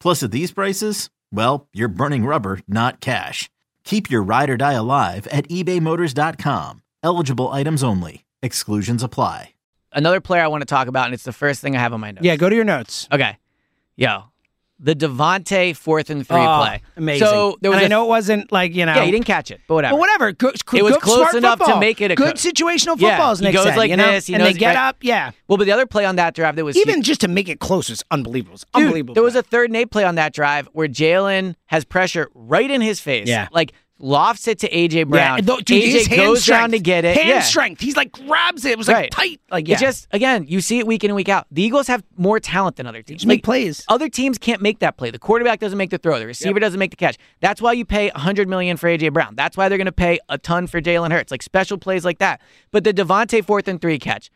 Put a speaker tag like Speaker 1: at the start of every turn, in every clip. Speaker 1: Plus, at these prices, well, you're burning rubber, not cash. Keep your ride or die alive at ebaymotors.com. Eligible items only. Exclusions apply.
Speaker 2: another player I want to talk about, and it's the first thing I have on my notes.
Speaker 3: Yeah, go to your notes.
Speaker 2: Okay. Yo, the Devonte fourth and three
Speaker 3: Oh,
Speaker 2: play.
Speaker 3: Amazing.
Speaker 2: So there was.
Speaker 3: and
Speaker 2: a-
Speaker 3: I know it wasn't like you know.
Speaker 2: Yeah, he didn't catch it, but whatever.
Speaker 3: But whatever. Good,
Speaker 2: It was
Speaker 3: good,
Speaker 2: close
Speaker 3: smart
Speaker 2: enough to
Speaker 3: football.
Speaker 2: make it a cook.
Speaker 3: good situational
Speaker 2: Yeah,
Speaker 3: football. is
Speaker 2: he
Speaker 3: next
Speaker 2: goes
Speaker 3: time,
Speaker 2: like
Speaker 3: you know?
Speaker 2: this, he
Speaker 3: and
Speaker 2: knows-
Speaker 3: they get
Speaker 2: right.
Speaker 3: up. Yeah.
Speaker 2: Well, but the other play on that drive that was
Speaker 3: Even just to make it close is unbelievable. It's
Speaker 2: Dude,
Speaker 3: unbelievable.
Speaker 2: There was a third and eight play on that drive where Jalen has pressure right in his face.
Speaker 3: Yeah.
Speaker 2: Like lofts it to AJ Brown.
Speaker 3: Yeah, though, dude,
Speaker 2: AJ
Speaker 3: his hand
Speaker 2: goes
Speaker 3: strength,
Speaker 2: down to get it.
Speaker 3: Hand
Speaker 2: yeah.
Speaker 3: strength. He's like grabs it. It was like
Speaker 2: Right.
Speaker 3: tight. Like
Speaker 2: It
Speaker 3: yeah.
Speaker 2: just again, you see it week in and week out. The Eagles have more talent than other teams.
Speaker 3: Just make
Speaker 2: Like,
Speaker 3: plays.
Speaker 2: Other teams can't make that play. The quarterback doesn't make the throw. The receiver doesn't make the catch. That's why you pay 100 million for AJ Brown. That's why they're going to pay a ton for Jalen Hurts. Like special plays like that. But the Devontae fourth and three catch.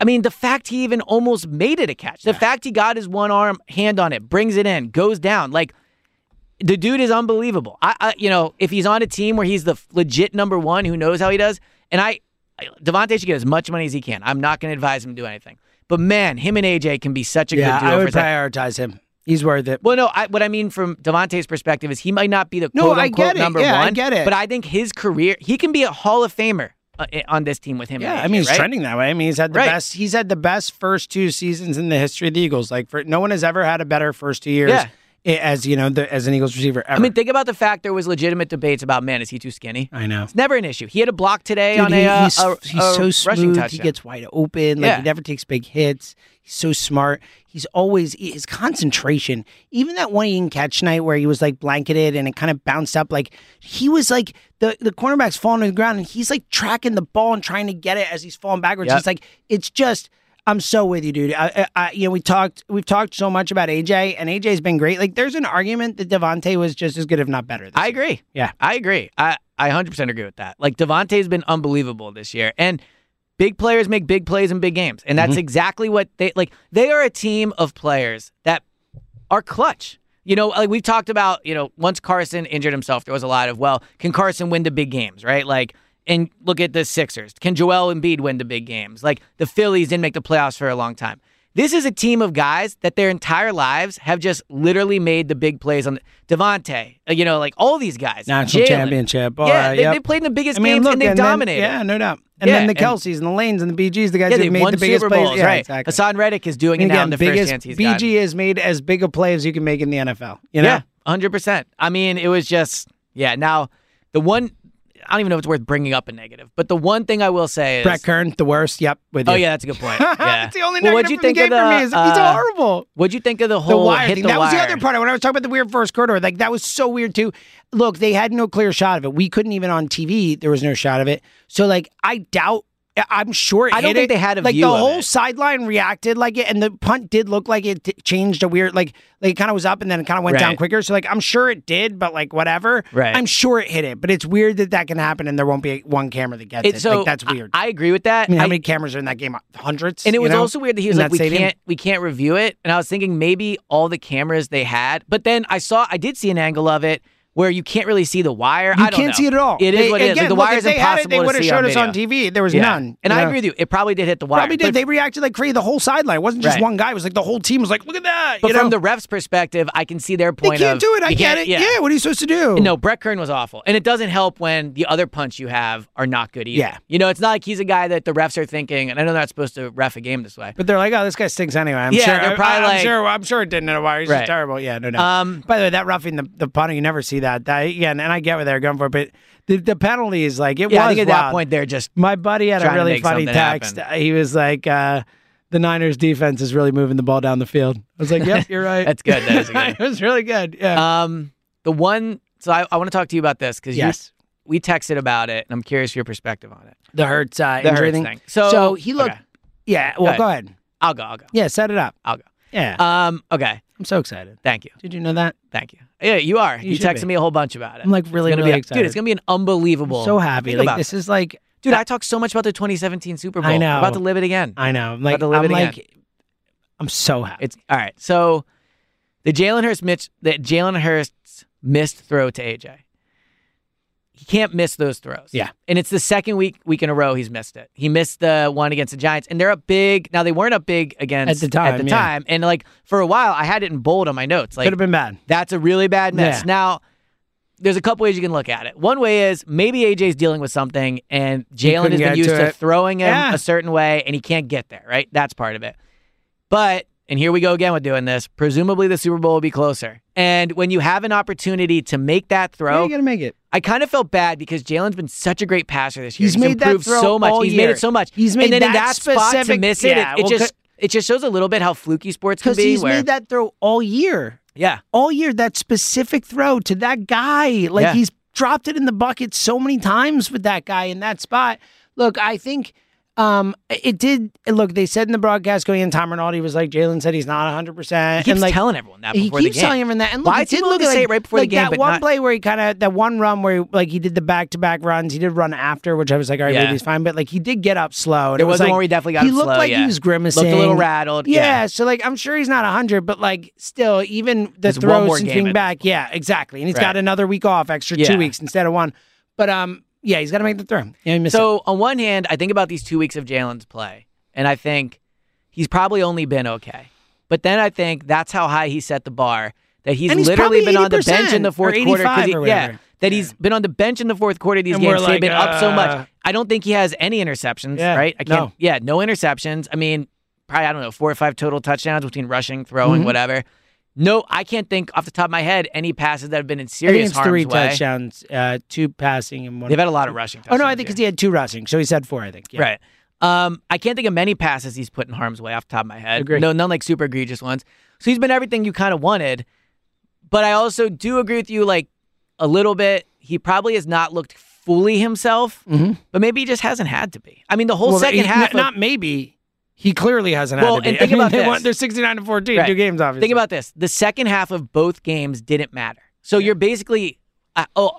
Speaker 2: I mean, the fact he even almost made it a catch. The fact he got his one arm hand on it, brings it in, goes down. Like the dude is unbelievable. I, I you know, if he's on a team where he's the f- legit number one who knows how he does, and I, I Devontae should get as much money as he can. I'm not going to advise him to do anything. But man, him and AJ can be such a
Speaker 3: yeah.
Speaker 2: good duo
Speaker 3: I
Speaker 2: for
Speaker 3: would
Speaker 2: a second.
Speaker 3: prioritize him. He's worth it.
Speaker 2: Well, no, I, what I mean from Devontae's perspective is he might not be the
Speaker 3: No,
Speaker 2: quote
Speaker 3: I
Speaker 2: unquote
Speaker 3: get it.
Speaker 2: number
Speaker 3: Yeah, I
Speaker 2: one.
Speaker 3: get it.
Speaker 2: But I think his career, he can be a Hall of Famer uh, i- on this team with him. and
Speaker 3: Yeah,
Speaker 2: AJ,
Speaker 3: I mean he's
Speaker 2: right?
Speaker 3: trending that way. I mean he's had the
Speaker 2: Right.
Speaker 3: best. He's had the best first two seasons in the history of the Eagles. Like for no one has ever had a better first two years.
Speaker 2: Yeah.
Speaker 3: i- As you know, the, as an Eagles receiver
Speaker 2: I
Speaker 3: ever.
Speaker 2: mean, think about the fact there was legitimate debates about, man, is he too skinny?
Speaker 3: I know.
Speaker 2: It's never an issue. He had a block today
Speaker 3: Dude,
Speaker 2: on
Speaker 3: he-
Speaker 2: a, uh,
Speaker 3: he's,
Speaker 2: a-
Speaker 3: he's
Speaker 2: a
Speaker 3: so
Speaker 2: rushing
Speaker 3: smooth.
Speaker 2: touchdown.
Speaker 3: He gets wide open. Like
Speaker 2: Yeah.
Speaker 3: he never takes big hits. He's so smart. He's always his concentration. Even that one he didn't catch night where he was like blanketed and it kind of bounced up. Like he was like the the cornerback's falling to the ground and he's like tracking the ball and trying to get it as he's falling backwards.
Speaker 2: Yep.
Speaker 3: It's like it's just. I'm so with you, dude. I, I, I, you know, we talked, we've talked so much about AJ, and AJ's been great. Like, there's an argument that Devontae was just as good, if not better. This
Speaker 2: I
Speaker 3: year.
Speaker 2: agree.
Speaker 3: Yeah.
Speaker 2: I agree. I, I 100% agree with that. Like, Devontae's been unbelievable this year. And big players make big plays in big games. And
Speaker 3: Mm-hmm.
Speaker 2: that's exactly what they like. They are a team of players that are clutch. You know, like we've talked about, you know, once Carson injured himself, there was a lot of, well, can Carson win the big games, right? Like, and look at the Sixers. Can Joel Embiid win the big games? Like, the Phillies didn't make the playoffs for a long time. This is a team of guys that their entire lives have just literally made the big plays on Devontae, uh, you know, like all these guys.
Speaker 3: National
Speaker 2: Jalen.
Speaker 3: championship. All
Speaker 2: yeah,
Speaker 3: right,
Speaker 2: they,
Speaker 3: yep.
Speaker 2: they played in the biggest games and they
Speaker 3: then-
Speaker 2: dominated.
Speaker 3: yeah, no doubt. And
Speaker 2: Yeah,
Speaker 3: then the
Speaker 2: and-
Speaker 3: Kelseys and the Lanes and the BGs, the guys
Speaker 2: Yeah,
Speaker 3: who
Speaker 2: they've
Speaker 3: made
Speaker 2: won
Speaker 3: the biggest
Speaker 2: Super Bowls,
Speaker 3: plays. Yeah,
Speaker 2: right?
Speaker 3: exactly.
Speaker 2: Hassan Reddick is doing
Speaker 3: and
Speaker 2: it now
Speaker 3: again,
Speaker 2: in the
Speaker 3: biggest,
Speaker 2: first chance he's
Speaker 3: BG
Speaker 2: got.
Speaker 3: has made as big a play as you can make in the NFL. You know?
Speaker 2: Yeah, hundred percent. I mean, it was just yeah. Now, the one I don't even know if it's worth bringing up a negative, but the one thing I will say is
Speaker 3: Brett Kern, the worst. Yep, with
Speaker 2: Oh
Speaker 3: you.
Speaker 2: yeah, that's a good point. Yeah.
Speaker 3: It's the only
Speaker 2: Well,
Speaker 3: negative
Speaker 2: what'd you
Speaker 3: from
Speaker 2: think
Speaker 3: the game
Speaker 2: of
Speaker 3: for
Speaker 2: the,
Speaker 3: me. Is, he's
Speaker 2: uh,
Speaker 3: horrible.
Speaker 2: What'd you think of the
Speaker 3: The
Speaker 2: whole
Speaker 3: wire
Speaker 2: Oh, hit
Speaker 3: thing.
Speaker 2: the
Speaker 3: that was the
Speaker 2: wire?
Speaker 3: other part. When I was talking about the weird first quarter, like that was so weird too. Look, they had no clear shot of it. We couldn't even on TV. There was no shot of it. So like, I doubt. I- I'm sure. It
Speaker 2: I don't
Speaker 3: hit
Speaker 2: think
Speaker 3: it.
Speaker 2: they had a
Speaker 3: like
Speaker 2: view
Speaker 3: the
Speaker 2: of
Speaker 3: whole
Speaker 2: it.
Speaker 3: sideline reacted like it, and the punt did look like it t- changed a weird like like it kind of was up and then it kind of went down
Speaker 2: Right.
Speaker 3: quicker. So like, I'm sure it did, but like whatever.
Speaker 2: Right.
Speaker 3: I'm sure it hit it, but it's weird that that can happen and there won't be one camera that gets it.
Speaker 2: It's so
Speaker 3: like that's weird.
Speaker 2: I, I agree with that.
Speaker 3: I mean, how
Speaker 2: I-
Speaker 3: many cameras are in that game? Hundreds.
Speaker 2: and it
Speaker 3: you
Speaker 2: was
Speaker 3: know?
Speaker 2: also weird that he was
Speaker 3: in
Speaker 2: like,
Speaker 3: that
Speaker 2: "We
Speaker 3: stadium?
Speaker 2: can't, we can't review it." And I was thinking maybe all the cameras they had, but then I saw, I did see an angle of it where you can't really see the wire.
Speaker 3: You
Speaker 2: I don't
Speaker 3: can't
Speaker 2: know.
Speaker 3: see it at all.
Speaker 2: It is
Speaker 3: They-
Speaker 2: what it is.
Speaker 3: again,
Speaker 2: Like, the
Speaker 3: look,
Speaker 2: wire
Speaker 3: if
Speaker 2: is
Speaker 3: they had it,
Speaker 2: impossible
Speaker 3: They
Speaker 2: to
Speaker 3: would have
Speaker 2: see
Speaker 3: showed
Speaker 2: on
Speaker 3: us on
Speaker 2: video.
Speaker 3: TV. There was
Speaker 2: Yeah.
Speaker 3: none.
Speaker 2: And I
Speaker 3: Yeah.
Speaker 2: agree with you. It probably did hit the wire.
Speaker 3: Probably did.
Speaker 2: But
Speaker 3: They reacted like crazy. The whole sideline it wasn't just
Speaker 2: Right.
Speaker 3: one guy. It was like the whole team was like, "Look at that!"
Speaker 2: But
Speaker 3: you
Speaker 2: from
Speaker 3: know?
Speaker 2: the ref's perspective, I can see their
Speaker 3: they
Speaker 2: point.
Speaker 3: can't
Speaker 2: of,
Speaker 3: do it. I
Speaker 2: you
Speaker 3: get
Speaker 2: can't-
Speaker 3: it. Yeah. what are you supposed to do?
Speaker 2: No, Brett Kern was awful. And it doesn't help when the other punts you have are not good either.
Speaker 3: Yeah.
Speaker 2: You know, it's not like he's a guy that the refs are thinking, and I know they're not supposed to ref a game this way.
Speaker 3: But they're like, "Oh, this guy stinks anyway." I'm
Speaker 2: Yeah,
Speaker 3: sure.
Speaker 2: they're
Speaker 3: I-
Speaker 2: probably
Speaker 3: I'm
Speaker 2: like-
Speaker 3: sure. I'm sure it didn't hit a wire. He's just
Speaker 2: Right.
Speaker 3: terrible. Yeah, no, no.
Speaker 2: Um,
Speaker 3: By the way, that roughing the, the punter, you never see that. That again, and I get what they're going for, but the, the penalty is like it
Speaker 2: yeah, I
Speaker 3: was
Speaker 2: think at
Speaker 3: wild.
Speaker 2: that point they're just
Speaker 3: My buddy had a
Speaker 2: trying to
Speaker 3: really
Speaker 2: make
Speaker 3: funny
Speaker 2: something
Speaker 3: text. He was like, uh, "The Niners defense is really moving the ball down the field." I was like, "Yep, you're right."
Speaker 2: That's good. That is a good one.
Speaker 3: it was really good. Yeah.
Speaker 2: um the one so I, I want to talk to you about this because
Speaker 3: yes.
Speaker 2: we texted about it and I'm curious your perspective on it.
Speaker 3: The Hurts uh,
Speaker 2: The
Speaker 3: injury
Speaker 2: Hurts
Speaker 3: thing.
Speaker 2: thing. So,
Speaker 3: So he looked-
Speaker 2: okay.
Speaker 3: Yeah. Well,
Speaker 2: ahead.
Speaker 3: go ahead.
Speaker 2: I'll go, I'll go.
Speaker 3: Yeah, set it up.
Speaker 2: I'll go.
Speaker 3: Yeah.
Speaker 2: Um, okay.
Speaker 3: I'm so excited.
Speaker 2: Thank you.
Speaker 3: Did you know that?
Speaker 2: Thank you. Yeah, you are.
Speaker 3: You
Speaker 2: You,
Speaker 3: should
Speaker 2: texted
Speaker 3: be.
Speaker 2: me a whole bunch about it.
Speaker 3: I'm like really,
Speaker 2: it's gonna
Speaker 3: really
Speaker 2: be a-
Speaker 3: excited.
Speaker 2: Dude, it's gonna be an
Speaker 3: I'm
Speaker 2: unbelievable
Speaker 3: so happy.
Speaker 2: think
Speaker 3: Like
Speaker 2: about
Speaker 3: this is like
Speaker 2: Dude, I talked so much about the 2017 Super
Speaker 3: I
Speaker 2: Bowl.
Speaker 3: know.
Speaker 2: I'm about to live it again.
Speaker 3: I know. I'm like
Speaker 2: to live
Speaker 3: I'm
Speaker 2: it again.
Speaker 3: like I'm so happy.
Speaker 2: It's all right. So the Jalen Hurst Mitch that Jalen Hurst's missed throw to AJ. He can't miss those throws.
Speaker 3: Yeah.
Speaker 2: And it's the second week week in a row he's missed it. He missed the one against the Giants. And they're up big. Now they weren't up big against
Speaker 3: At the time,
Speaker 2: At the
Speaker 3: yeah.
Speaker 2: time. And like for a while I had it in bold on my notes. Like
Speaker 3: Could have been bad.
Speaker 2: that's a really bad miss.
Speaker 3: Yeah.
Speaker 2: Now there's a couple ways you can look at it. One way is maybe AJ's dealing with something and Jalen
Speaker 3: couldn't
Speaker 2: has
Speaker 3: get
Speaker 2: been used
Speaker 3: to
Speaker 2: to,
Speaker 3: it.
Speaker 2: throwing him
Speaker 3: Yeah.
Speaker 2: a certain way and he can't get there, right? That's part of it. But, and here we go again with doing this, presumably the Super Bowl will be closer. And when you have an opportunity to make that
Speaker 3: Yeah,
Speaker 2: throw,
Speaker 3: you gotta make it.
Speaker 2: I kind of felt bad because Jalen's been such a great passer this year.
Speaker 3: He's made that
Speaker 2: improved
Speaker 3: throw
Speaker 2: so much.
Speaker 3: all
Speaker 2: he's made
Speaker 3: year.
Speaker 2: it so much.
Speaker 3: He's made
Speaker 2: and then in
Speaker 3: that
Speaker 2: that spot to
Speaker 3: specific-
Speaker 2: miss it,
Speaker 3: yeah,
Speaker 2: it, it
Speaker 3: well, 'cause-
Speaker 2: just it just shows a little bit how fluky sports can
Speaker 3: Because
Speaker 2: be.
Speaker 3: he's
Speaker 2: where-
Speaker 3: made that throw all year.
Speaker 2: yeah,
Speaker 3: All year, that specific throw to that guy. Like
Speaker 2: Yeah.
Speaker 3: he's dropped it in the bucket so many times with that guy in that spot. Look, I think um it did look, they said in the broadcast going in, Tom Rinaldi was like, Jalen said he's not hundred
Speaker 2: he
Speaker 3: percent.
Speaker 2: keeps
Speaker 3: And like
Speaker 2: telling everyone that
Speaker 3: he
Speaker 2: before
Speaker 3: keeps
Speaker 2: the game.
Speaker 3: telling everyone that. And look,
Speaker 2: Why
Speaker 3: it
Speaker 2: is he
Speaker 3: did
Speaker 2: willing
Speaker 3: look
Speaker 2: to
Speaker 3: like,
Speaker 2: say it right before the
Speaker 3: like
Speaker 2: game,
Speaker 3: That
Speaker 2: but
Speaker 3: one
Speaker 2: not-
Speaker 3: play where he kind of that one run where like he did the back to back runs. He did run after, which I was like, all right,
Speaker 2: Yeah.
Speaker 3: maybe he's fine. But like he did get up slow. And
Speaker 2: There
Speaker 3: it was,
Speaker 2: was the
Speaker 3: like,
Speaker 2: one where he definitely got
Speaker 3: He
Speaker 2: up
Speaker 3: looked
Speaker 2: slow,
Speaker 3: like he
Speaker 2: yeah.
Speaker 3: was grimacing,
Speaker 2: Looked a little rattled.
Speaker 3: Yeah,
Speaker 2: yeah.
Speaker 3: so like I'm sure he's not hundred, but like still, even the
Speaker 2: It's one
Speaker 3: throws
Speaker 2: more
Speaker 3: since
Speaker 2: game
Speaker 3: being
Speaker 2: at this
Speaker 3: back, yeah, exactly. And he's
Speaker 2: Right.
Speaker 3: got another week off, extra
Speaker 2: Yeah.
Speaker 3: two weeks instead of one. But um, yeah, he's got to make the throw. Yeah, he missed it.
Speaker 2: So on one hand, I think about these two weeks of Jalen's play, and I think he's probably only been okay. But then I think that's how high he set the bar that he's,
Speaker 3: And he's
Speaker 2: literally
Speaker 3: probably
Speaker 2: been on the bench
Speaker 3: 80%
Speaker 2: in the fourth
Speaker 3: or
Speaker 2: quarter.
Speaker 3: 85
Speaker 2: he-
Speaker 3: or
Speaker 2: yeah,
Speaker 3: whatever.
Speaker 2: that he's been on the bench in the fourth quarter of these
Speaker 3: And we're
Speaker 2: games.
Speaker 3: like,
Speaker 2: They've been up so
Speaker 3: uh,
Speaker 2: much. I don't think he has any interceptions.
Speaker 3: Yeah,
Speaker 2: right? I can't.
Speaker 3: no.
Speaker 2: Yeah, no interceptions. I mean, probably I don't know four or five total touchdowns between rushing, throwing,
Speaker 3: Mhm.
Speaker 2: whatever. No, I can't think off the top of my head any passes that have been in
Speaker 3: I think
Speaker 2: serious
Speaker 3: it's three
Speaker 2: harm's way.
Speaker 3: touchdowns, uh, two passing and one.
Speaker 2: They've had a lot of rushing.
Speaker 3: oh no, I
Speaker 2: touchdowns
Speaker 3: think
Speaker 2: here.
Speaker 3: because he had two rushing, so he's had four. I think yeah.
Speaker 2: Right. Um, I can't think of many passes he's put in harm's way off the top of my head.
Speaker 3: Agree.
Speaker 2: No, none like super egregious ones. So he's been everything you kind of wanted. But I also do agree with you, like a little bit. He probably has not looked fully himself,
Speaker 3: Mhm.
Speaker 2: but maybe he just hasn't had to be. I mean, the whole
Speaker 3: Well,
Speaker 2: second
Speaker 3: he-
Speaker 2: half.
Speaker 3: Not, not maybe. He clearly hasn't
Speaker 2: Well,
Speaker 3: had to
Speaker 2: and
Speaker 3: be.
Speaker 2: think
Speaker 3: I mean,
Speaker 2: about
Speaker 3: they
Speaker 2: this.
Speaker 3: won- they're 69 to 14,
Speaker 2: Right.
Speaker 3: two games,
Speaker 2: of,
Speaker 3: obviously.
Speaker 2: think about this: the second half of both games didn't matter. So you're basically. Uh, oh,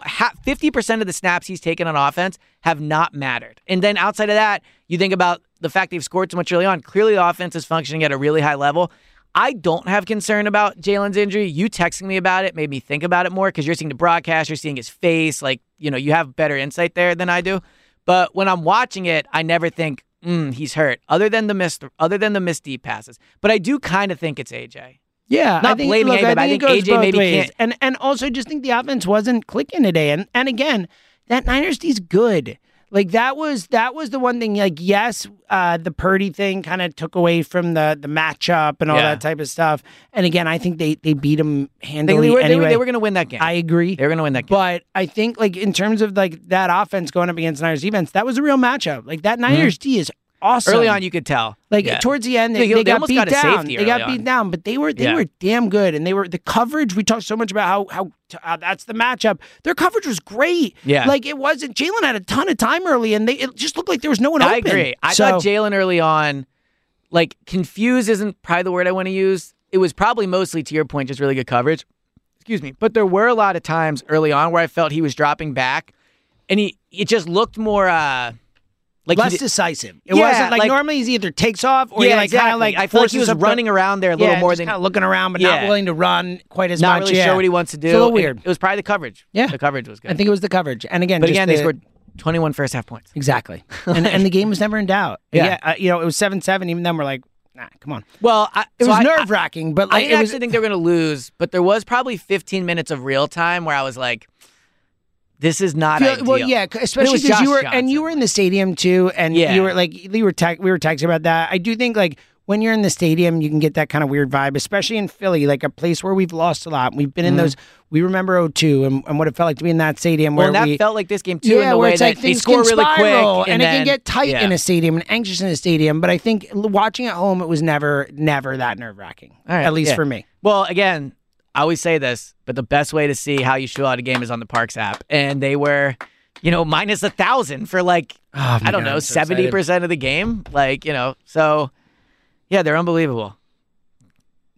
Speaker 2: fifty percent of the snaps he's taken on offense have not mattered, and then outside of that, you think about the fact they've scored so much early on. Clearly, the offense is functioning at a really high level. I don't have concern about Jalen's injury. You texting me about it made me think about it more because you're seeing the broadcast, you're seeing his face. Like you know, you have better insight there than I do. But when I'm watching it, I never think mm, he's hurt, other than the missed, other than the missed deep passes. But I do kind of think it's AJ.
Speaker 3: Yeah, I
Speaker 2: Not
Speaker 3: think,
Speaker 2: blaming
Speaker 3: look,
Speaker 2: anybody, but I
Speaker 3: I think,
Speaker 2: think
Speaker 3: it goes
Speaker 2: AJ
Speaker 3: both
Speaker 2: maybe
Speaker 3: ways.
Speaker 2: can't-
Speaker 3: And and also just think the offense wasn't clicking today. And and again, that Niners D's good. Like that was that was the one thing. Like yes, uh, the Purdy thing kind of took away from the the matchup and all
Speaker 2: Yeah.
Speaker 3: that type of stuff. And again, I think they they beat him
Speaker 2: They,
Speaker 3: handily
Speaker 2: were, they were,
Speaker 3: anyway.
Speaker 2: they were going to win that game.
Speaker 3: I agree.
Speaker 2: they were going to win that game.
Speaker 3: But I think like in terms of like that offense going up against Niners defense, that was a real matchup. Like that Niners D is awesome.
Speaker 2: Mm-hmm. Early on, you could tell.
Speaker 3: like
Speaker 2: Yeah.
Speaker 3: towards the end,
Speaker 2: They-
Speaker 3: they,
Speaker 2: they
Speaker 3: they got
Speaker 2: almost
Speaker 3: beat
Speaker 2: got a
Speaker 3: down.
Speaker 2: safety
Speaker 3: They got
Speaker 2: early
Speaker 3: beat
Speaker 2: on.
Speaker 3: down, but they were they
Speaker 2: Yeah.
Speaker 3: were damn good, and they were the coverage. We talked so much about how how, how that's the matchup. Their coverage was great.
Speaker 2: Yeah.
Speaker 3: like it wasn't. Jalen had a ton of time early, and they it just looked like there was no one
Speaker 2: I
Speaker 3: open.
Speaker 2: agree. I
Speaker 3: So-
Speaker 2: thought Jalen early on, like confused isn't probably the word I want to use. It was probably mostly to your point, just really good coverage. Excuse me. But there were a lot of times early on where I felt he was dropping back, and he it just looked more uh, Like he
Speaker 3: less
Speaker 2: did-
Speaker 3: decisive. It
Speaker 2: Yeah,
Speaker 3: wasn't like,
Speaker 2: like-
Speaker 3: normally he either takes off or you're
Speaker 2: yeah,
Speaker 3: like kind
Speaker 2: exactly.
Speaker 3: of like
Speaker 2: I feel like
Speaker 3: forces
Speaker 2: he was
Speaker 3: up the-
Speaker 2: running around there a little
Speaker 3: yeah,
Speaker 2: more
Speaker 3: just
Speaker 2: than
Speaker 3: kind of looking around, but not
Speaker 2: Yeah.
Speaker 3: willing to run quite as
Speaker 2: not
Speaker 3: much.
Speaker 2: really
Speaker 3: yeah.
Speaker 2: sure what he wants to do.
Speaker 3: It's a little
Speaker 2: and
Speaker 3: weird.
Speaker 2: It was probably the coverage.
Speaker 3: Yeah.
Speaker 2: the coverage was good.
Speaker 3: I think it was the coverage, and again,
Speaker 2: but
Speaker 3: just
Speaker 2: again,
Speaker 3: the-
Speaker 2: they scored 21 first half points.
Speaker 3: exactly, and, and the game was never in doubt. And
Speaker 2: Yeah.
Speaker 3: uh, you know, it was seven seven. Even then, we're like, nah, come on.
Speaker 2: Well, I,
Speaker 3: It
Speaker 2: so
Speaker 3: was
Speaker 2: I- I-
Speaker 3: nerve wracking, but
Speaker 2: I
Speaker 3: like
Speaker 2: didn't
Speaker 3: it was
Speaker 2: actually think they were going to lose, but there was probably 15 minutes of real time where I was like, "This is not
Speaker 3: Feel-
Speaker 2: ideal."
Speaker 3: Well, yeah, c- especially
Speaker 2: was
Speaker 3: because you
Speaker 2: Josh
Speaker 3: were
Speaker 2: Johnson.
Speaker 3: and you were in the stadium too, and
Speaker 2: Yeah.
Speaker 3: you were like you were tec- we were texting about that. I do think like when you're in the stadium, you can get that kind of weird vibe, especially in Philly, like a place where we've lost a lot. We've been in
Speaker 2: Mm-hmm.
Speaker 3: those. We remember 02 and, and what it felt like to be in that stadium
Speaker 2: Well,
Speaker 3: where
Speaker 2: and that
Speaker 3: we.
Speaker 2: felt like this game too,
Speaker 3: yeah,
Speaker 2: in the way
Speaker 3: where it's
Speaker 2: that
Speaker 3: like
Speaker 2: they
Speaker 3: things
Speaker 2: score
Speaker 3: can
Speaker 2: really
Speaker 3: spiral
Speaker 2: quick,
Speaker 3: and, it
Speaker 2: then-
Speaker 3: can get tight
Speaker 2: yeah.
Speaker 3: in a stadium and anxious in a stadium. But I think l- watching at home, it was never, never that nerve wracking.
Speaker 2: All right,
Speaker 3: at least
Speaker 2: yeah.
Speaker 3: for me.
Speaker 2: Well, again, I always say this, but the best way to see how you shoot out a game is on the Parks app, and they were, you know, minus a thousand for like
Speaker 3: Oh,
Speaker 2: I don't know seventy percent of the game, like you know, so yeah, they're unbelievable.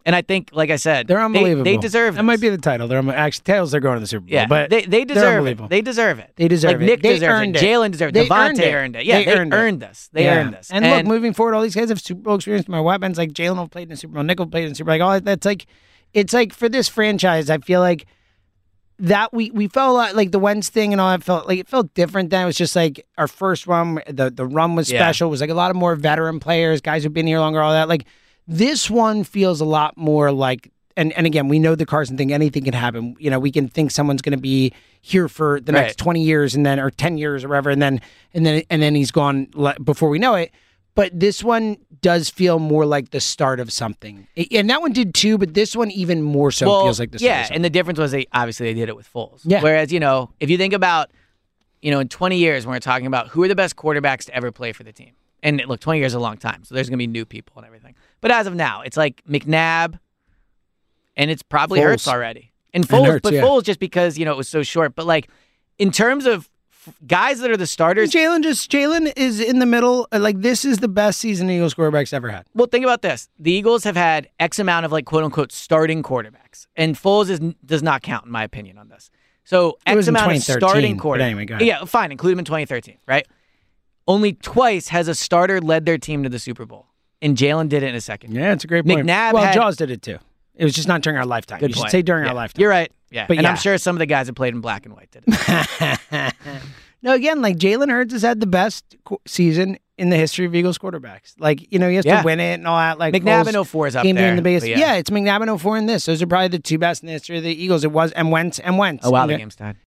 Speaker 2: And I think, like I said,
Speaker 3: They're
Speaker 2: they-
Speaker 3: unbelievable.
Speaker 2: They, deserve.
Speaker 3: That might
Speaker 2: this.
Speaker 3: be the title. They're unbe- actually tails. They're going to the Super Bowl.
Speaker 2: Yeah,
Speaker 3: but
Speaker 2: they they deserve
Speaker 3: unbelievable.
Speaker 2: it. They deserve it.
Speaker 3: They deserve
Speaker 2: like
Speaker 3: it.
Speaker 2: Nick
Speaker 3: They
Speaker 2: deserves
Speaker 3: earned
Speaker 2: it.
Speaker 3: it.
Speaker 2: Jalen deserved
Speaker 3: They
Speaker 2: it. Devontae
Speaker 3: earned it.
Speaker 2: Yeah,
Speaker 3: They
Speaker 2: they,
Speaker 3: earned
Speaker 2: earned,
Speaker 3: it.
Speaker 2: this. They
Speaker 3: Yeah.
Speaker 2: earned this.
Speaker 3: And, look, moving forward, all these guys have Super Bowl experience. My white man's like Jalen will played in the Super Bowl, Nickel played in the Super Bowl. Like all that, that's like, it's like for this franchise, I feel like that we we felt a lot, like the Wentz thing and all that felt like it felt different. Then it was just like our first run. The the run was
Speaker 2: Yeah.
Speaker 3: special. It was like a lot of more veteran players, guys who've been here longer, all that. Like this one feels a lot more like. And, and again, we know the Carson thing. Anything can happen. You know, we can think someone's going to be here for the next
Speaker 2: Right.
Speaker 3: 20 years and then or 10 years or whatever and then and then and then he's gone le- before we know it but this one does feel more like the start of something I- and that one did too but this one even more so
Speaker 2: well,
Speaker 3: feels like the start
Speaker 2: yeah,
Speaker 3: of something
Speaker 2: and the difference was they obviously they did it with Foles.
Speaker 3: Yeah.
Speaker 2: Whereas you know if you think about, you know, in 20 years when we're talking about who are the best quarterbacks to ever play for the team, and look, 20 years is a long time, so there's gonna be new people and everything. But as of now, it's like McNabb, and it's probably
Speaker 3: Foles.
Speaker 2: Hurts already, and Foles,
Speaker 3: Hurts,
Speaker 2: but
Speaker 3: yeah.
Speaker 2: Foles just because you know it was so short. But like in terms of f- guys that are the starters,
Speaker 3: Jalen just Jalen is in the middle. uh, Like this is the best season Eagles quarterbacks ever had.
Speaker 2: Well, think about this. The Eagles have had X amount of like quote unquote starting quarterbacks, and Foles is, does not count in my opinion on this. So
Speaker 3: It
Speaker 2: X
Speaker 3: was in
Speaker 2: amount of
Speaker 3: 2013,
Speaker 2: starting
Speaker 3: but
Speaker 2: quarterbacks.
Speaker 3: anyway, go ahead.
Speaker 2: yeah, fine. Include him in 2013, right? Only twice has a starter led their team to the Super Bowl, and Jalen did it in a second.
Speaker 3: Yeah, it's a great point.
Speaker 2: McNabb
Speaker 3: well,
Speaker 2: had-
Speaker 3: Jaws did it too. It was just not during our lifetime.
Speaker 2: Good
Speaker 3: you
Speaker 2: point.
Speaker 3: should say during
Speaker 2: Yeah.
Speaker 3: our lifetime.
Speaker 2: You're right. Yeah,
Speaker 3: But
Speaker 2: and I'm
Speaker 3: yeah.
Speaker 2: sure some of the guys that played in black and white did. It.
Speaker 3: no, again, like Jalen Hurts has had the best qu- season in the history of Eagles quarterbacks. Like you know, he has
Speaker 2: Yeah.
Speaker 3: to win it and all that. Like
Speaker 2: McNabb
Speaker 3: Foles-
Speaker 2: and 04 is up
Speaker 3: came
Speaker 2: there.
Speaker 3: in the biggest.
Speaker 2: but
Speaker 3: Yeah. it's McNabb and 04 and this. Those are probably the two best in the history of the Eagles. It was and Wentz and Wentz.
Speaker 2: Oh wow,
Speaker 3: And
Speaker 2: the
Speaker 3: it-
Speaker 2: game's tied.